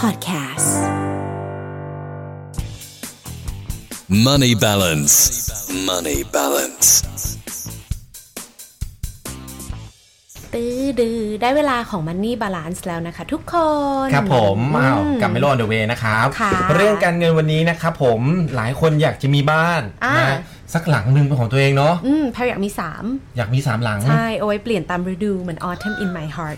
Podcasts. Money balance. Money balance. ตื้อดือได้เวลาของ Money Balance แล้วนะคะทุกคน ครับผมอ้าวกลับไม่รอดเดอะเวนะครับ ค่ะ เรื่องการเงินวันนี้นะครับผมหลายคนอยากจะมีบ้าน อ่า นะสักหลังหนึ่งเป็นของตัวเองเนาะ อืมแพรอยากมี อยากมีสามหลัง 3 ใช่ เอาไว้เปลี่ยนตามฤดูเหมือน Autumn in my heart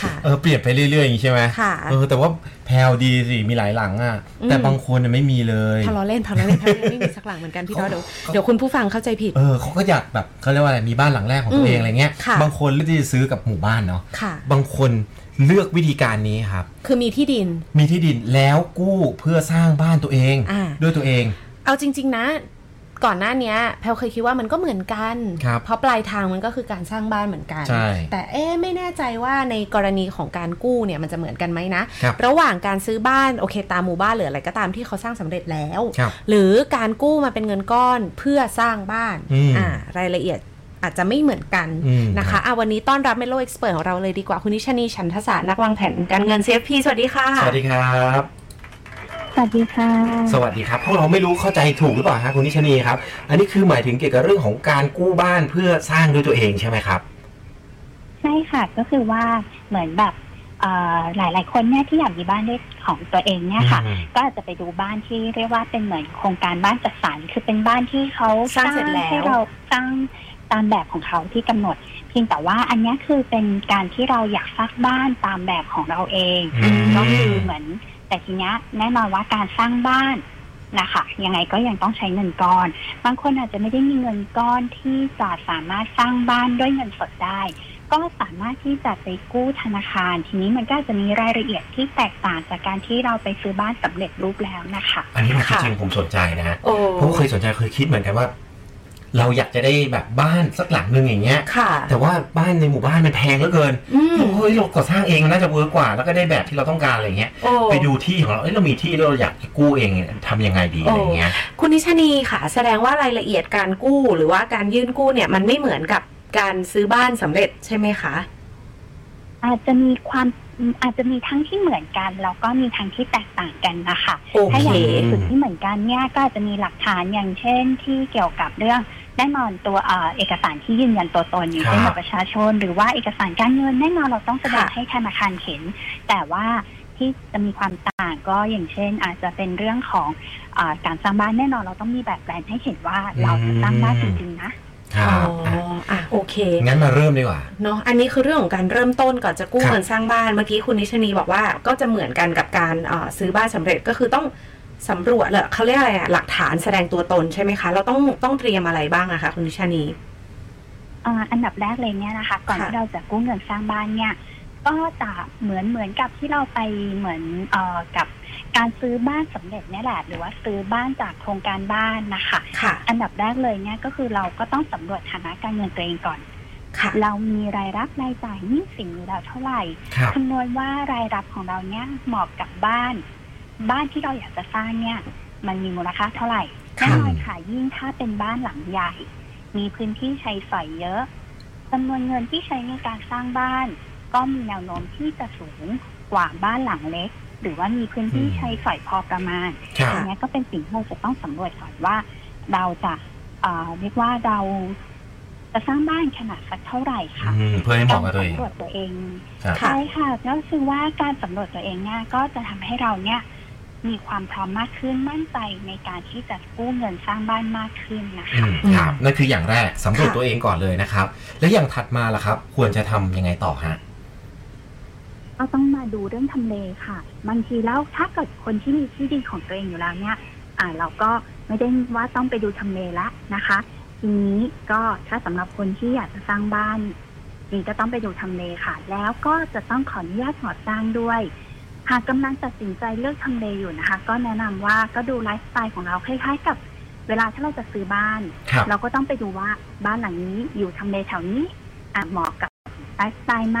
ค่ะ เออเปลี่ยนไปเรื่อยๆอย่างนี้ใช่ไหม ค่ะ เออแต่ว่าแพลวดีสิมีหลายหลังอ่ะ แต่บางคนน่ะไม่มีเลย พาล้อเล่นพาล้อเล่นพาล้อเล่นไม่มีสักหลังเหมือนกันพี่ดอเดี๋ยวเดี๋ยวคุณผู้ฟังเข้าใจผิด เออเขาก็อยากแบบเขาเรียกว่าอะไรมีบ้านหลังแรกของตัวเองอะไรเงี้ย ค่ะ บางคนเลือกที่จะซื้อกับหมู่บ้านเนาะ ค่ะ บางคนเลือกวิธีการนี้ครับ คือมีที่ดิน มีที่ดินแล้วกู้เพื่อสร้างบ้านตัวเอง อ่า ด้วยตัวเอง เอาจริง ๆ นะ ก่อนหน้าเนี้ยแพลวเคยคิดว่ามันก็เหมือนกัน ครับ เพราะปลายทางมันก็คือการสร้างบ้านเหมือนกัน ใช่ แต่เอ๊ะไม่แน่ใจว่าในกรณีของการกู้เนี่ยมันจะเหมือนกันไหมนะ ครับ ระหว่างการซื้อบ้านโอเคตามหมู่บ้านหรืออะไรก็ตามที่เขาสร้างสำเร็จแล้ว ครับ หรือการกู้มาเป็นเงินก้อนเพื่อสร้างบ้าน อืม รายละเอียดอาจจะไม่เหมือนกัน อืม นะ ครั คะ บ อ่ะวันนี้ต้อนรับเมโลเอ็กซ์เพรของเราเลยดีกว่าคุณนิชานีชันทศาสตร์นักวางแผนการเงิน CFP สวัสดีค่ะ สวัสดีครับ สวัสดีค่ะ สวัสดีครับพวกเราไม่รู้เข้าใจถูกหรือเปล่าฮะคุณนิชนีครับ อันนี้คือหมายถึงเกี่ยวกับเรื่องของการกู้บ้านเพื่อสร้างด้วยตัวเองใช่ไหมครับ ใช่ค่ะ ก็คือว่าเหมือนแบบหลายหลายๆคนเนี่ยที่อยากมีบ้านเลขของตัวเองเนี่ยค่ะ อืม ก็อาจจะไปดูบ้านที่เรียกว่าเป็นเหมือนโครงการบ้านจัดสรรคือเป็นบ้านที่เขา สร้างเสร็จแล้ว ให้เราสร้างตามแบบของเขาที่กำหนด เพียงแต่ว่าอันเนี้ยคือเป็นการที่เราอยากสร้างบ้านตามแบบของเราเอง อืม ก็คือเหมือน แต่ทีเนี้ยแน่นอนว่าการสร้างบ้านนะคะยังไงก็ยังต้องใช้เงินก้อน บางคนอาจจะไม่ได้มีเงินก้อนที่จะสามารถสร้างบ้านด้วยเงินสดได้ ก็สามารถที่จะไปกู้ธนาคาร ทีนี้มันก็อาจจะมีรายละเอียดที่แตกต่างจากการที่เราไปซื้อบ้านสำเร็จรูปแล้วนะคะ อันนี้มันจ ค่ะ ริงๆผมสนใจนะฮะ โอ้ ผมก็เคยสนใจเคยคิดเหมือนกันว่า เราอยากจะได้แบบบ้านสักหลังหนึ่งอย่างเงี้ย ค่ะ แต่ว่าบ้านในหมู่บ้านมันแพงเหลือเกิน อืม เฮ้ยเราก่อสร้างเองมันน่าจะเวิร์กกว่า แล้วก็ได้แบบที่เราต้องการอะไรเงี้ย โอ้ ไปดูที่ของเราเอ้ยเรามีที่แล้วเราอยากจะกู้เองเนี่ยทำยังไงดีอะไรเงี้ย คุณนิชานีค่ะ แสดงว่ารายละเอียดการกู้หรือว่าการยื่นกู้เนี่ยมันไม่เหมือนกับการซื้อบ้านสำเร็จใช่ไหมคะ อาจจะมีความอาจจะมีทั้งที่เหมือนกันแล้วก็มีทั้งที่แตกต่างกันนะคะ โอ ถ้า เค อย่างจุดที่เหมือนกันเนี่ยก็อาจจะมีหลักฐานอย่างเช่นที่เกี่ยวกับเรื่องแน่นอนตัวเอ่อเอกสารที่ยืนยันตัวตนอย่างเช่น ครับ บัตรประชาชน หรือว่าเอกสารการเงินแน่นอนเราต้องแสดง ค่ะ ให้ธนาคารเห็น แต่ว่าที่จะมีความต่างก็อย่างเช่น อาจจะเป็นเรื่องของเออการสร้างบ้านแน่นอนเราต้องมีแบบแปลนให้เห็นว่าเราจะสร้างบ้านจริงๆนะ ครับ อ๋อ อ่ะ อ่ะโอเค งั้นมาเริ่มดีกว่า เนาะอันนี้คือเรื่องของการเริ่มต้นก่อนจะกู้ ครับ เงินสร้างบ้านเมื่อกี้คุณนิชานีบอกว่าก็จะเหมือนกันกับการเอ่อซื้อบ้านสำเร็จก็คือต้องสำรวจเหรอเขาเรียกอะไรอะหลักฐานแสดงตัวตนใช่ไหมคะ เราต้องต้องเตรียมอะไรบ้างอะคะคุณนิชานี เอ่ออันดับแรกเลยเนี่ยนะคะ ก่อน ค่ะ ที่เราจะกู้เงินสร้างบ้านเนี่ย ก็จะเหมือนเหมือนกับที่เราไปเหมือนเอ่อกับการซื้อบ้านสำเร็จเนี่ยแหละหรือว่าซื้อบ้านจากโครงการบ้านนะคะ ค่ะ อันดับแรกเลยเนี่ยก็คือเราก็ต้องสำรวจฐานะการเงินตัวเองก่อน ค่ะ เรามีรายรับรายจ่ายหนี่สินอยู่แล้วเท่าไหร่ ครับ คำนวณว่ารายรับของเราเนี่ยเหมาะกับบ้าน บ้านที่เราอยากจะสร้างเนี่ย มันมีมูลค่าเท่าไหร่ ค่ะ แน่นอนค่ะยิ่งถ้าเป็นบ้านหลังใหญ่ มีพื้นที่ใช้สอยเยอะจำนวนเงินที่ใช้ในการสร้างบ้าน ก็มีแนวโน้มที่จะสูงกว่าบ้านหลังเล็ก หรือว่ามีพื้นที่ อืม ใช้สอยพอประมาณ ครับ อันเนี้ยก็เป็นสิ่งที่เราจะต้องสำรวจก่อนว่าเราจะเอ่อเรียกว่าเราจะสร้างบ้านขนาดสักเท่าไหร่ค่ะ อืมเพื่อให้เหมาะกับตัวเอง สำรวจตัวเอง ครับ ใช่ค่ะก็คือว่าการสำรวจตัวเองเนี่ยก็จะทำให้เราเนี่ยมีความพร้อมมากขึ้นมั่นใจในการที่จะกู้เงินสร้างบ้านมากขึ้นนะคะ อืมครับนั่นคืออย่างแรกสำรวจ ค่ะ ตัวเองก่อนเลยนะครับ แล้วอย่างถัดมาล่ะครับ ควรจะทำยังไงต่อฮะ ก็ต้องมาดูเรื่องทำเลค่ะ บางทีแล้วถ้าเกิดคนที่มีที่ดินของตัวเองอยู่แล้วเนี่ย อ่าเราก็ไม่ได้ว่าต้องไปดูทำเลละนะคะ ทีนี้ก็ถ้าสำหรับคนที่อยากจะสร้างบ้านนี่ก็ต้องไปดูทำเลค่ะ แล้วก็จะต้องขออนุญาตก่อสร้างด้วย หากกำลังตัดสินใจเลือกทำเลอยู่นะคะ ก็แนะนำว่าก็ดูไลฟ์สไตล์ของเราคล้ายๆ กับ เวลาถ้าเราจะซื้อบ้าน ครับ เราก็ต้องไปดูว่าบ้านหลังนี้อยู่ทำเลแถวนี้อ่ะเหมาะกับไลฟ์สไตล์ไหม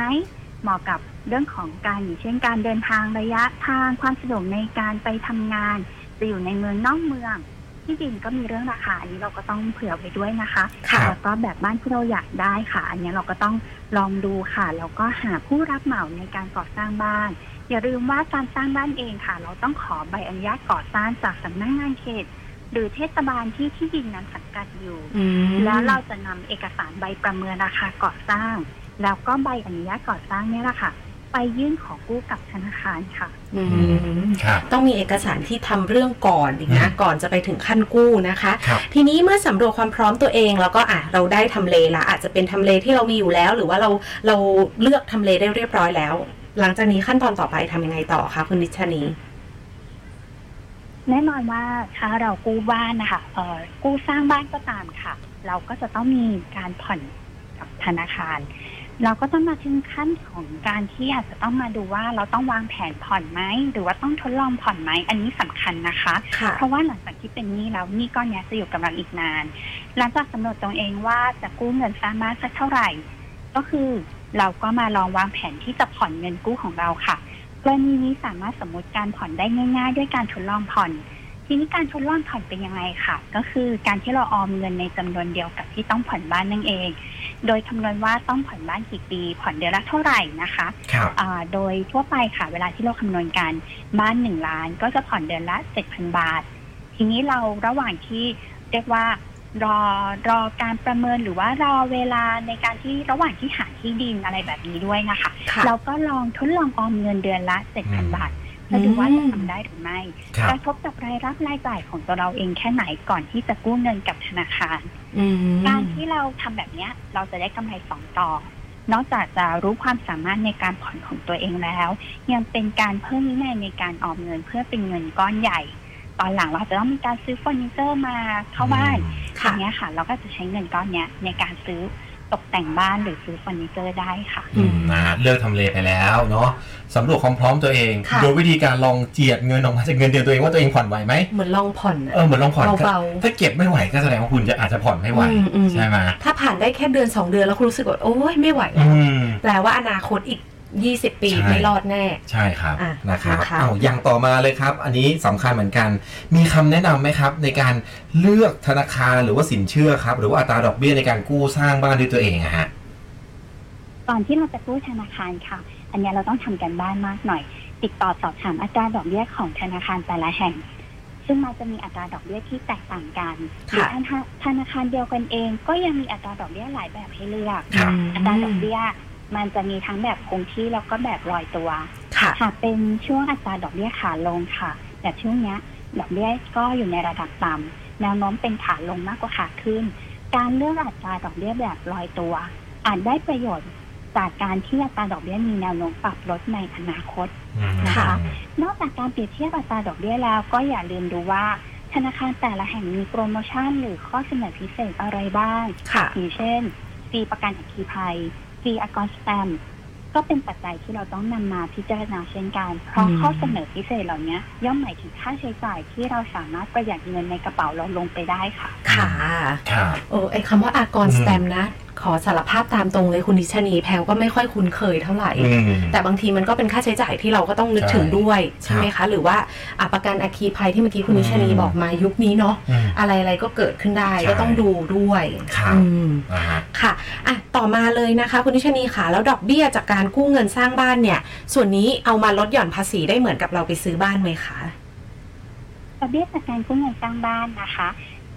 เหมาะกับเรื่องของการอย่างเช่นการเดินทางระยะทางความสะดวกในการไปทำงาน จะอยู่ในเมืองนอกเมือง ที่ดินก็มีเรื่องราคาอันนี้เราก็ต้องเผื่อไปด้วยนะคะ ค่ะ แล้วก็แบบบ้านที่เราอยากได้ค่ะ อันเนี้ยเราก็ต้องลองดูค่ะแล้วก็หาผู้รับเหมาในการก่อสร้างบ้าน อย่าลืมว่าการสร้างบ้านเองค่ะ เราต้องขอใบอนุญาตก่อสร้างจากสำนักงานเขต หรือเทศบาลที่ที่ดินนั้นสังกัดอยู่ อืม แล้วเราจะนำเอกสารใบประเมินราคาก่อสร้าง แล้วก็ใบอนุญาตก่อสร้างเนี่ยแหละค่ะ ไปยื่นขอกู้กับธนาคารค่ะ อืม ครับ ต้องมีเอกสารที่ทำเรื่องก่อนอีกนะ อืม ก่อนจะไปถึงขั้นกู้นะคะ ครับ ทีนี้เมื่อสำรวจความพร้อมตัวเองแล้วก็อ่ะเราได้ทำเลละอาจจะเป็นทำเลที่เรามีอยู่แล้ว หรือว่าเราเราเลือกทำเลได้เรียบร้อยแล้ว หลังจากนี้ขั้นตอนต่อไปทำยังไงต่อคะคุณนิชชานี แน่นอนว่าถ้าเรากู้บ้านนะคะเอ่อกู้สร้างบ้านก็ตามค่ะ เราก็จะต้องมีการผ่อนกับธนาคาร เราก็ต้องมาถึงขั้นของการที่อาจจะต้องมาดูว่าเราต้องวางแผนผ่อนไหมหรือว่าต้องทดลองผ่อนไหมอันนี้สำคัญนะคะ ค่ะ เพราะว่าหลังจากที่เป็นหนี้แล้วหนี้ก้อนเนี้ยจะอยู่กับเราอีกนาน หลังจากสำรวจตัวเองว่าจะกู้เงินสร้างบ้านสักเท่าไหร่ ก็คือเราก็มาลองวางแผนที่จะผ่อนเงินกู้ของเราค่ะ กรณีนี้สามารถสมมติการผ่อนได้ง่าย ๆ ด้วยการทดลองผ่อน ทีนี้การทดลองผ่อนเป็นยังไงค่ะ ก็คือการที่เราออมเงินในจำนวนเดียวกับที่ต้องผ่อนบ้านนั่นเอง โดยคำนวณว่าต้องผ่อนบ้านกี่ปี ผ่อนเดือนละเท่าไหร่นะคะ ครับ อ่าโดยทั่วไปค่ะเวลาที่เราคำนวณกันบ้านหนึ่งล้านก็จะผ่อนเดือนละเจ็ดพันบาท ทีนี้เราระหว่างที่เรียกว่ารอรอการประเมินหรือว่ารอเวลาในการที่ระหว่างที่หาที่ดินอะไรแบบนี้ด้วยนะคะ ค่ะ เราก็ลองทดลองออมเงินเดือนละเจ็ดพันบาทเพื่อดูว่าจะทำได้หรือไม่ ครับ กระทบกับรายรับรายจ่ายของตัวเราเองแค่ไหนก่อนที่จะกู้เงินกับธนาคาร อืม การที่เราทำแบบเนี้ยเราจะได้กำไรสองต่อ นอกจากจะรู้ความสามารถในการผ่อนของตัวเองแล้ว ยังเป็นการเพิ่มวินัยในการออมเงินเพื่อเป็นเงินก้อนใหญ่ ตอนหลังเราจะต้องมีการซื้อเฟอร์นิเจอร์มาเข้าบ้านอ ค่ะ ย่างเงี้ยค่ะ เราก็จะใช้เงินก้อนเนี้ยในการซื้อตกแต่งบ้านหรือซื้อเฟอร์นิเจอร์ได้ค่ะ อืมนะฮะเลือกทำเลไปแล้วเนาะสำรวจความพร้อมตัวเอง ค่ะ โดยวิธีการลองเจียดเงินออกมาจากเงินเดือนตัวเองว่าตัวเองผ่อนไหวไหม เหมือนลองผ่อนอะ เออเหมือนลองผ่อน เบาๆ ถ้าเก็บไม่ไหวก็แสดงว่าคุณจะอาจจะผ่อนไม่ไหว อืมอืม ใช่ไหม ถ้าผ่านได้แค่เดือนสองเดือนแล้วคุณรู้สึกว่าโอ้ยไม่ไหว อืม แปลว่าอนาคตอีกยี่สิบปี ใช่ ไม่รอดแน่ ใช่ครับ อ่ะ นะครับ นะคะ อ้าวอย่างต่อมาเลยครับ อันนี้สำคัญเหมือนกัน มีคำแนะนำไหมครับ ในการเลือกธนาคารหรือว่าสินเชื่อครับ หรือว่าอัตราดอกเบี้ยในการกู้สร้างบ้านด้วยตัวเองอะฮะ ก่อนที่เราจะกู้ธนาคารค่ะ อันเนี้ยเราต้องทำกันบ้านมากหน่อย ติดต่อสอบถามอัตราดอกเบี้ยของธนาคารแต่ละแห่ง ซึ่งมันจะมีอัตราดอกเบี้ยที่แตกต่างกันหรือ ค่ะ ธนาธนาคารเดียวกันเอง ก็ยังมีอัตราดอกเบี้ยหลายแบบให้เลือก ครับ อัตราดอกเบี้ยมันจะมีทั้งแบบคงที่แล้วก็แบบลอยตัว ค่ะ หากเป็นช่วงอัตราดอกเบี้ยขาลงค่ะ แบบช่วงเนี้ยดอกเบี้ยก็อยู่ในระดับต่ำแนวโน้มเป็นขาลงมากกว่าขาขึ้น การเลือกอัตราดอกเบี้ยแบบลอยตัว อาจได้ประโยชน์จากการที่อัตราดอกเบี้ยมีแนวโน้มปรับลดในอนาคต อืม ค่ะ นอกจากการเปรียบเทียบอัตราดอกเบี้ยแล้วก็อย่าลืมดูว่า ธนาคารแต่ละแห่งมีโปรโมชั่น หรือข้อเสนอพิเศษอะไรบ้าง ค่ะ อย่างเช่นฟรีประกันอัคคีภัยฟรีอากรสแตมป์ก็เป็นปัจจัยที่เราต้องนำมาพิจารณาเช่นกัน เพราะ อืม ข้อเสนอพิเศษเหล่านี้ย่อมหมายถึงค่าใช้จ่ายที่เราสามารถประหยัดเงินในกระเป๋าเราลงไปได้ค่ะ ค่ะ ครับ โอ้ไอคำว่าอากร อืม สแตมป์นะ ขอสารภาพตามตรงเลยคุณนิชชานีแพลก็ไม่ค่อยคุ้นเคยเท่าไหร่ อืม แต่บางทีมันก็เป็นค่าใช้จ่ายที่เราก็ต้องนึกถึงด้วย ใช่ไหมคะ หรือว่าอ่ะประกันอัคคีภัยที่เมื่อกี้คุณนิชชานี อืม บอกมายุคนี้เนาะ อืม อะไรอะไรๆก็เกิดขึ้นได้ ใช่ ก็ต้องดูด้วย ครับ อืม อ่าฮะ ค่ะอ่ะ ต่อมาเลยนะคะคุณนิชนีค่ะแล้วดอกเบี้ยจากการกู้เงินสร้างบ้านเนี่ย ส่วนนี้เอามาลดหย่อนภาษีได้เหมือนกับเราไปซื้อบ้านไหมคะ ดอกเบี้ยจากการกู้เงินสร้างบ้านนะคะ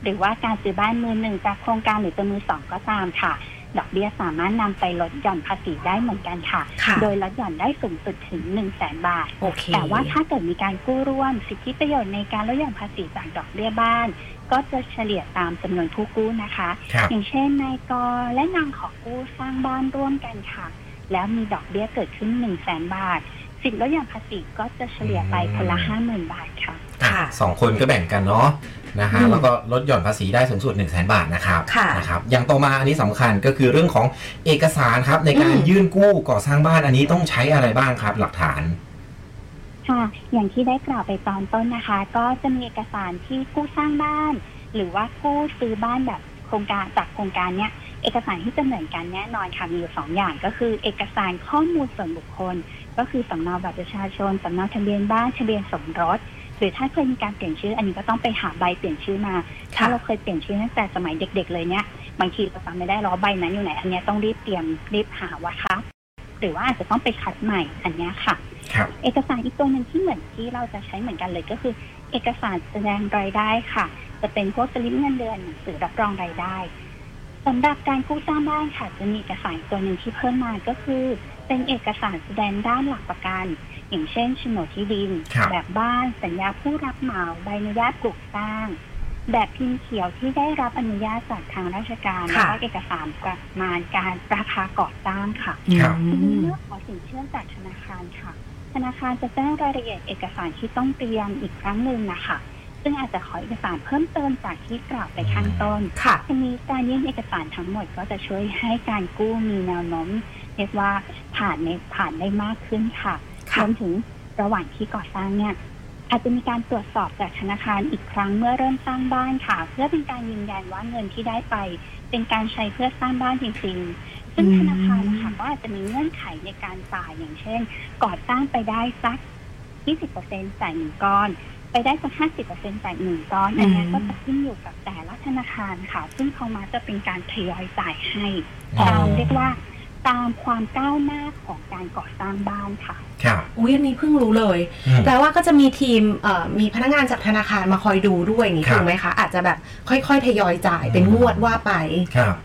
หรือว่าการซื้อบ้านมือหนึ่งจากโครงการหรือเป็นมือสองก็ตามค่ะ ดอกเบี้ยสามารถนำไปลดหย่อนภาษีได้เหมือนกันค่ะ ค่ะ โดยลดหย่อนได้สูงสุดถึง1 0 0 0 0แสนบาท โอเค แต่ว่าถ้าเกิดมีการกู้ร่วม สิทธิประโยชน์ในการลดหย่อนภาษีจากดอกเบี้ยบ้าน ก็จะเฉลี่ยตามจำนวนผู้กู้นะคะ ครับ อย่างเช่นนายกและนางขอกู้สร้างบ้านร่วมกันค่ะ แล้วมีดอกเบี้ยเกิดขึ้น1นึ่งแสนบาท สิทธิลดหย่อนภาษีก็จะเฉลี่ยไปคนละห้าหมื่นบาทค่ะ ค่ะ สองคนก็แบ่งกันเนาะนะฮะ อืม แล้วก็ลดหย่อนภาษีได้สูงสุด1 0 0 0 0แบาทนะครับ ค่ะ นะครับอย่างต่อมาอันนี้สำคัญก็คือเรื่องของเอกสารครับในการ อืม ยื่นกู้ก่อสร้างบ้านอันนี้ต้องใช้อะไรบ้างครับหลักฐาน ค่ะ อย่างที่ได้กล่าวไปตอนต้นนะคะ ก็จะมีเอกสารที่กู้สร้างบ้าน หรือว่ากู้ซื้อบ้านแบบโครงการจากโครงการเนี้ย เอกสารที่จะเหมือนกันแน่นอนค่ะ มีอยู่สองอย่างก็คือ เอกสารข้อมูลส่วนบุคคล ก็คือสำเนาบัตรประชาชนสำเนาทะเบียนบ้านทะเบียนสมรส หรือถ้าเคยมีการเปลี่ยนชื่อ อันนี้ก็ต้องไปหาใบเปลี่ยนชื่อมา ถ้าเราเคยเปลี่ยนชื่อตั้งแต่สมัยเด็ก ๆ เลยเนี่ย บางทีเราจำไม่ได้ล้อใบนั้นอยู่ไหน อันเนี้ยต้องรีบเตรียมรีบหาว่าคะ หรือว่าอาจจะต้องไปคัดใหม่อันเนี้ยค่ะ ครับ เอกสารอีกตัวหนึ่งที่เหมือนที่เราจะใช้เหมือนกันเลยก็คือ เอกสารแสดงรายได้ค่ะ จะเป็นพวกสลิปเงินเดือนหนังสือรับรองรายได้สำหรับการกู้สร้างบ้านค่ะจะมีเอกสารอีกตัวหนึ่งที่เพิ่มมาก็คือ เป็นเอกสารแสดงด้านหลักประกัน อย่างเช่นโฉนดที่ดิน ครับ แบบบ้านสัญญาผู้รับเหมาใบอนุญาตปลูกสร้าง แบบพิมพ์เขียวที่ได้รับอนุญาตจากทางราชการ ค่ะ แล้วก็เอกสารประมาณการราคาก่อสร้างค่ะ ครับ อื ทีนี้ ม เมื่อขอสินเชื่อจากธนาคารค่ะ ธนาคารจะแจ้งรายละเอียดเอกสารที่ต้องเตรียมอีกครั้งหนึ่งนะคะ ซึ่งอาจจะขอเอกสารเพิ่มเติมจากที่กล่าวไปข้างต้น ค่ะ ทีนี้การยื่นเอกสารทั้งหมดก็จะช่วยให้การกู้มีแนวโน้มเรียกว่าผ่านในผ่านได้มากขึ้นค่ะร ค่ะ วมถึงระหว่างที่ก่อสร้างเนี่ย อาจจะมีการตรวจสอบจากธนาคารอีกครั้งเมื่อเริ่มสร้างบ้านค่ะ เพื่อเป็นการยืนยันว่าเงินที่ได้ไป เป็นการใช้เพื่อสร้างบ้านจริงๆ ซึ่ง อืม ธนาคารนะคะก็อาจจะมีเงื่อนไขในการจ่ายอย่างเช่น ก่อสร้างไปได้สัก 20%จ่ายหนึ่งก้อน ไปได้สัก 50%จ่ายหนึ่งก้อน อันนี้ก็จะขึ้นอยู่กับแต่ละธนาคารค่ะ ซึ่งเขามาจะเป็นการทยอยจ่ายให้ อ๋อ ตามเรียกว่าตามความก้าวหน้าของการก่อสร้างบ้านค่ะ ครับ อุ้ยอันนี้เพิ่งรู้เลย อืม แปลว่าก็จะมีทีมเอ่อมีพนักงานจากธนาคารมาคอยดูด้วยอย่างนี้ ครับ ถูกไหมคะ อาจจะแบบค่อยๆทยอยจ่ายเป็น อืม งวดว่าไป ครับ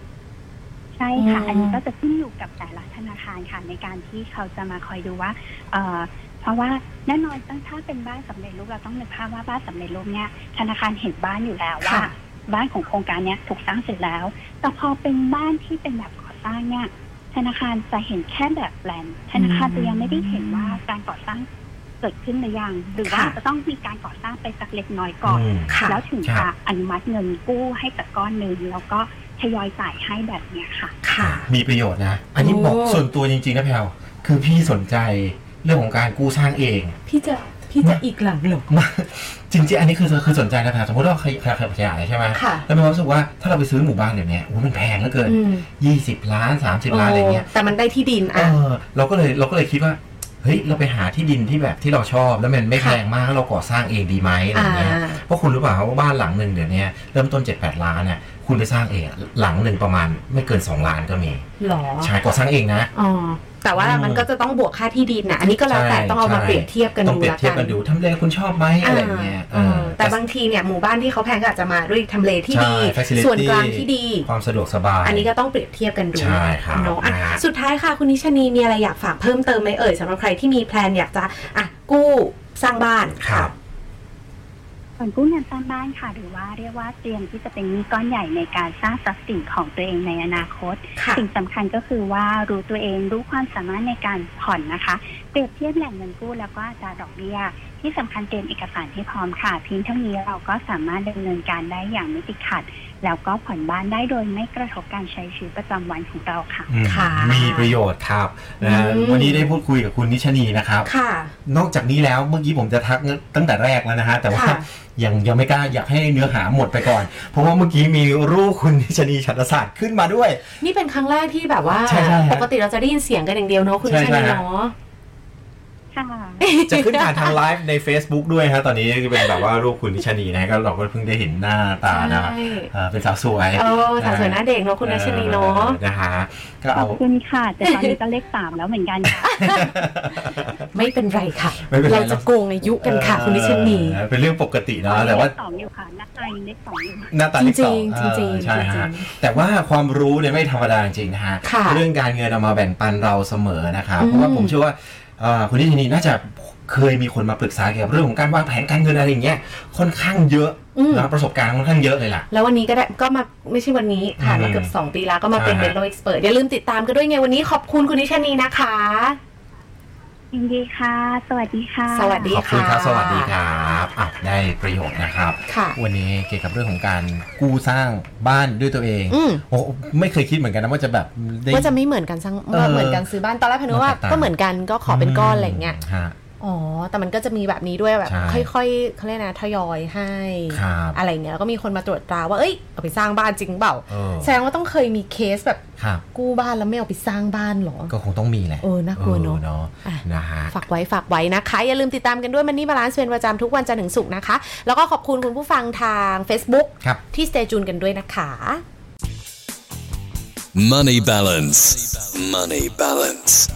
ใช่ค่ะ อืม อันนี้ก็จะขึ้นอยู่กับแต่ละธนาคารค่ะในการที่เขาจะมาคอยดูว่าเอ่อเพราะว่าแน่นอนตั้งถ้าเป็นบ้านสำเร็จรูปเราต้องนึกภาพว่าบ้านสำเร็จรูปเนี่ยธนาคารเห็นบ้านอยู่แล้วว่า ค่ะ บ้านของโครงการเนี้ยถูกสร้างเสร็จแล้ว แต่พอเป็นบ้านที่เป็นแบบก่อสร้างเนี่ยธนาคารจะเห็นแค่แบบแปลนธนาคารจะยังไม่ได้เห็นว่าการก่อสร้างเกิดขึ้นหรือยัง หรือว่า ค่ะ จะต้องมีการก่อสร้างไปสักเล็กน้อยก่อน ค่ะ แล้วถึง ครั จะ บ อนุมัติเงินกู้ให้กับก้อนหนึ่งแล้วก็ทยอยจ่ายให้แบบเนี้ยค่ะ ค่ะ มีประโยชน์นะ อันนี้ โอ้ บอกส่วนตัวจริงๆนะแพลวคือพี่สนใจเรื่องของการกู้สร้างเอง พี่จะพี่จะอีกหลังเหรอ มาจริงๆ อันนี้คือคือสนใจนะแพลวสมมติว่าเราขยายขยายใช่ไหม ค่ะ แล้วมีความรู้สึกว่าถ้าเราไปซื้อหมู่บ้านเดี๋ยวนี้โอ้โหมันแพงเหลือเกิน อืม 20 ล้าน 30 ล้านอะไรเงี้ย โแต่มันได้ที่ดิน เอ อ่ะ อเราก็เลยเราก็เลยคิดว่าเฮ้ยเราไปหาที่ดินที่แบบที่เราชอบแล้วมันไม่ ค่ะ แพงมากแล้วเราก่อสร้างเองดีไหมอะไร อ่า เงี้ย เพราะคุณรู้เปล่าว่าบ้านหลังหนึ่งเดี๋ยวนี้เริ่มต้น 7-8 ล้านเนี่ยคุณไปสร้างเองอะหลังหนึ่งประมาณไม่เกิน 2 ล้านก็มี หรอ ใช่ก่อสร้างเองนะ อ๋อ แต่ว่ามันก็จะต้องบวกค่าที่ดินนะอันนี้ก็แล้วแต่ ใช่ ต้องเอามา ใช่ เปรียบเทียบกัน ต้อง ดู เปรียบ ละ เทียบ กัน กันดูทำเลคุณชอบไหมอะไรอย่างเงี้ย อ่า เออ แต่บางทีเนี่ยหมู่บ้านที่เขาแพงก็อาจจะมาด้วยทำเลที่ดี ใช่ facility ส่วนกลางที่ดี ความสะดวกสบาย อันนี้ก็ต้องเปรียบเทียบกันดู ใช่ครับ เนาะอ่ะ นะฮะ สุดท้ายค่ะคุณนิชานีมีอะไรอยากฝากเพิ่มเติมไหมเอ่ยสำหรับใครที่มีแพลนอยากจะอ่ะกู้สร้างบ้าน ครับ ส่วนกู้เงินสร้างบ้านค่ะ หรือว่าเรียกว่าเตรียมที่จะเป็นหนี้ก้อนใหญ่ในการสร้างทรัพย์สินของตัวเองในอนาคต ค่ะ สิ่งสำคัญก็คือว่ารู้ตัวเองรู้ความสามารถในการผ่อนนะคะ เปรียบเทียบแหล่งเงินกู้แล้วก็อัตราดอกเบี้ย ที่สำคัญเตรียมเอกสารที่พร้อมค่ะเพียงเท่านี้เราก็สามารถดำเนินการได้อย่างไม่ติดขัด แล้วก็ผ่อนบ้านได้โดยไม่กระทบการใช้ชีวิตประจำวันของเราค่ะ อืม ค่ะ มีประโยชน์ครับนะฮะ อืม วันนี้ได้พูดคุยกับคุณนิชนีนะครับ ค่ะ นอกจากนี้แล้วเมื่อกี้ผมจะทักตั้งแต่แรกแล้วนะฮะ แต่ว่า ค่ะ ยังยังไม่กล้าอยากให้เนื้อหาหมดไปก่อน เพราะว่าเมื่อกี้มีรูปคุณนิชนีฉัตรศาสตร์ขึ้นมาด้วย นี่เป็นครั้งแรกที่แบบว่า ใช่ใช่ฮะ ปกติเราจะได้ยินเสียงกันอย่างเดียวเนาะคุณ ใช่ นิชานีใช่ฮะ เนาะ ค่ะ จะขึ้นผ่านทางไลฟ์ใน Facebook ด้วยฮะ ตอนนี้ก็เป็นแบบว่ารูปคุณนิชนีนะฮะก็เราก็เพิ่งได้เห็นหน้าตานะ ใช่ เอ่อเป็นสาวสวย เออสาวสวยหน้าเด็กเนาะคุณนิชานีเนาะ ออนะฮะก็ ข เอา อบคุณค่ะ แต่ตอนนี้ก็เลขสามแล้วเหมือนกันค่ะ ไม่เป็นไรค่ะ ไม่เป็นไร เราจะโกงอายุกันค่ะ คุณนิชานี เออเป็นเรื่องปกติ ตอ เนาะ นนี้ แต่ เล ว่า ขสองอยู่ค่ะหน้าตายังเลขสองอยู่ หน้าตาเล็กสอง จริงๆจริงๆ เออใช่ จริ ฮะ ง แต่ว่าความรู้เนี่ยไม่ธรรมดาจริงๆนะฮะ ค่ะ เรื่องการเงินเอามาแบ่งปันเราเสมอนะครับ อืม เพราะว่าผมเชื่อว่าเอ่อคุณนิชนีน่าจะเคยมีคนมาปรึกษาเกี่ยวกับเรื่องของการวางแผนการเงินอะไรอย่างเงี้ยค่อนข้างเยอะ อืม นะประสบการณ์ค่อนข้างเยอะเลยล่ะ แล้ววันนี้ก็ได้ก็มาไม่ใช่วันนี้ผ่านมา อืม เกือบ2 ปีแล้วก็มาเป็น ใช่ เบ ฮะ นโลเอ็กซ์เปิดอย่าลืมติดตามกันด้วยไงวันนี้ขอบคุณคุณนิชานีนะคะ ยินดีค่ะ สวัสดีค่ะ สวัสดี ขอบคุณครับ ค่ะ สวัสดีครับอ่ะได้ประโยชน์นะครับ ค่ะ วันนี้เกี่ยวกับเรื่องของการกู้สร้างบ้านด้วยตัวเอง อืม โอ้ไม่เคยคิดเหมือนกันนะว่าจะแบบได้ ว่าจะไม่เหมือนกันทั้ง เออ เหมือนกันซื้อบ้านตอนแรกพนุว่า แตกต่าง ก็เหมือนกันก็ขอเป็นก้อนอะไรอย่างเงี้ย ฮะ อ๋อแต่มันก็จะมีแบบนี้ด้วยแบบ ใช่ ค่อยๆเขาเรียกนะทยอยให้ ครับ อะไรเงี้ยแล้วก็มีคนมาตรวจตราว่าเอ้ยเอาไปสร้างบ้านจริงเปล่า เออ แสดงว่าต้องเคยมีเคสแบบ ครับ กู้บ้านแล้วไม่เอาไปสร้างบ้านเหรอ ก็คงต้องมีแหละ เออน่ากลัวเนอะ ออ อ่ะ นะฮะ ฝากไว้ฝากไว้นะคะ อย่าลืมติดตามกันด้วยมันนี่บาลานซ์เป็นประจำทุกวันจันทร์ถึงศุกร์นะคะ แล้วก็ขอบคุณคุณผู้ฟังทาง Facebook ครับ ที่ Stay Tune กันด้วยนะคะ Money balance. Money balance.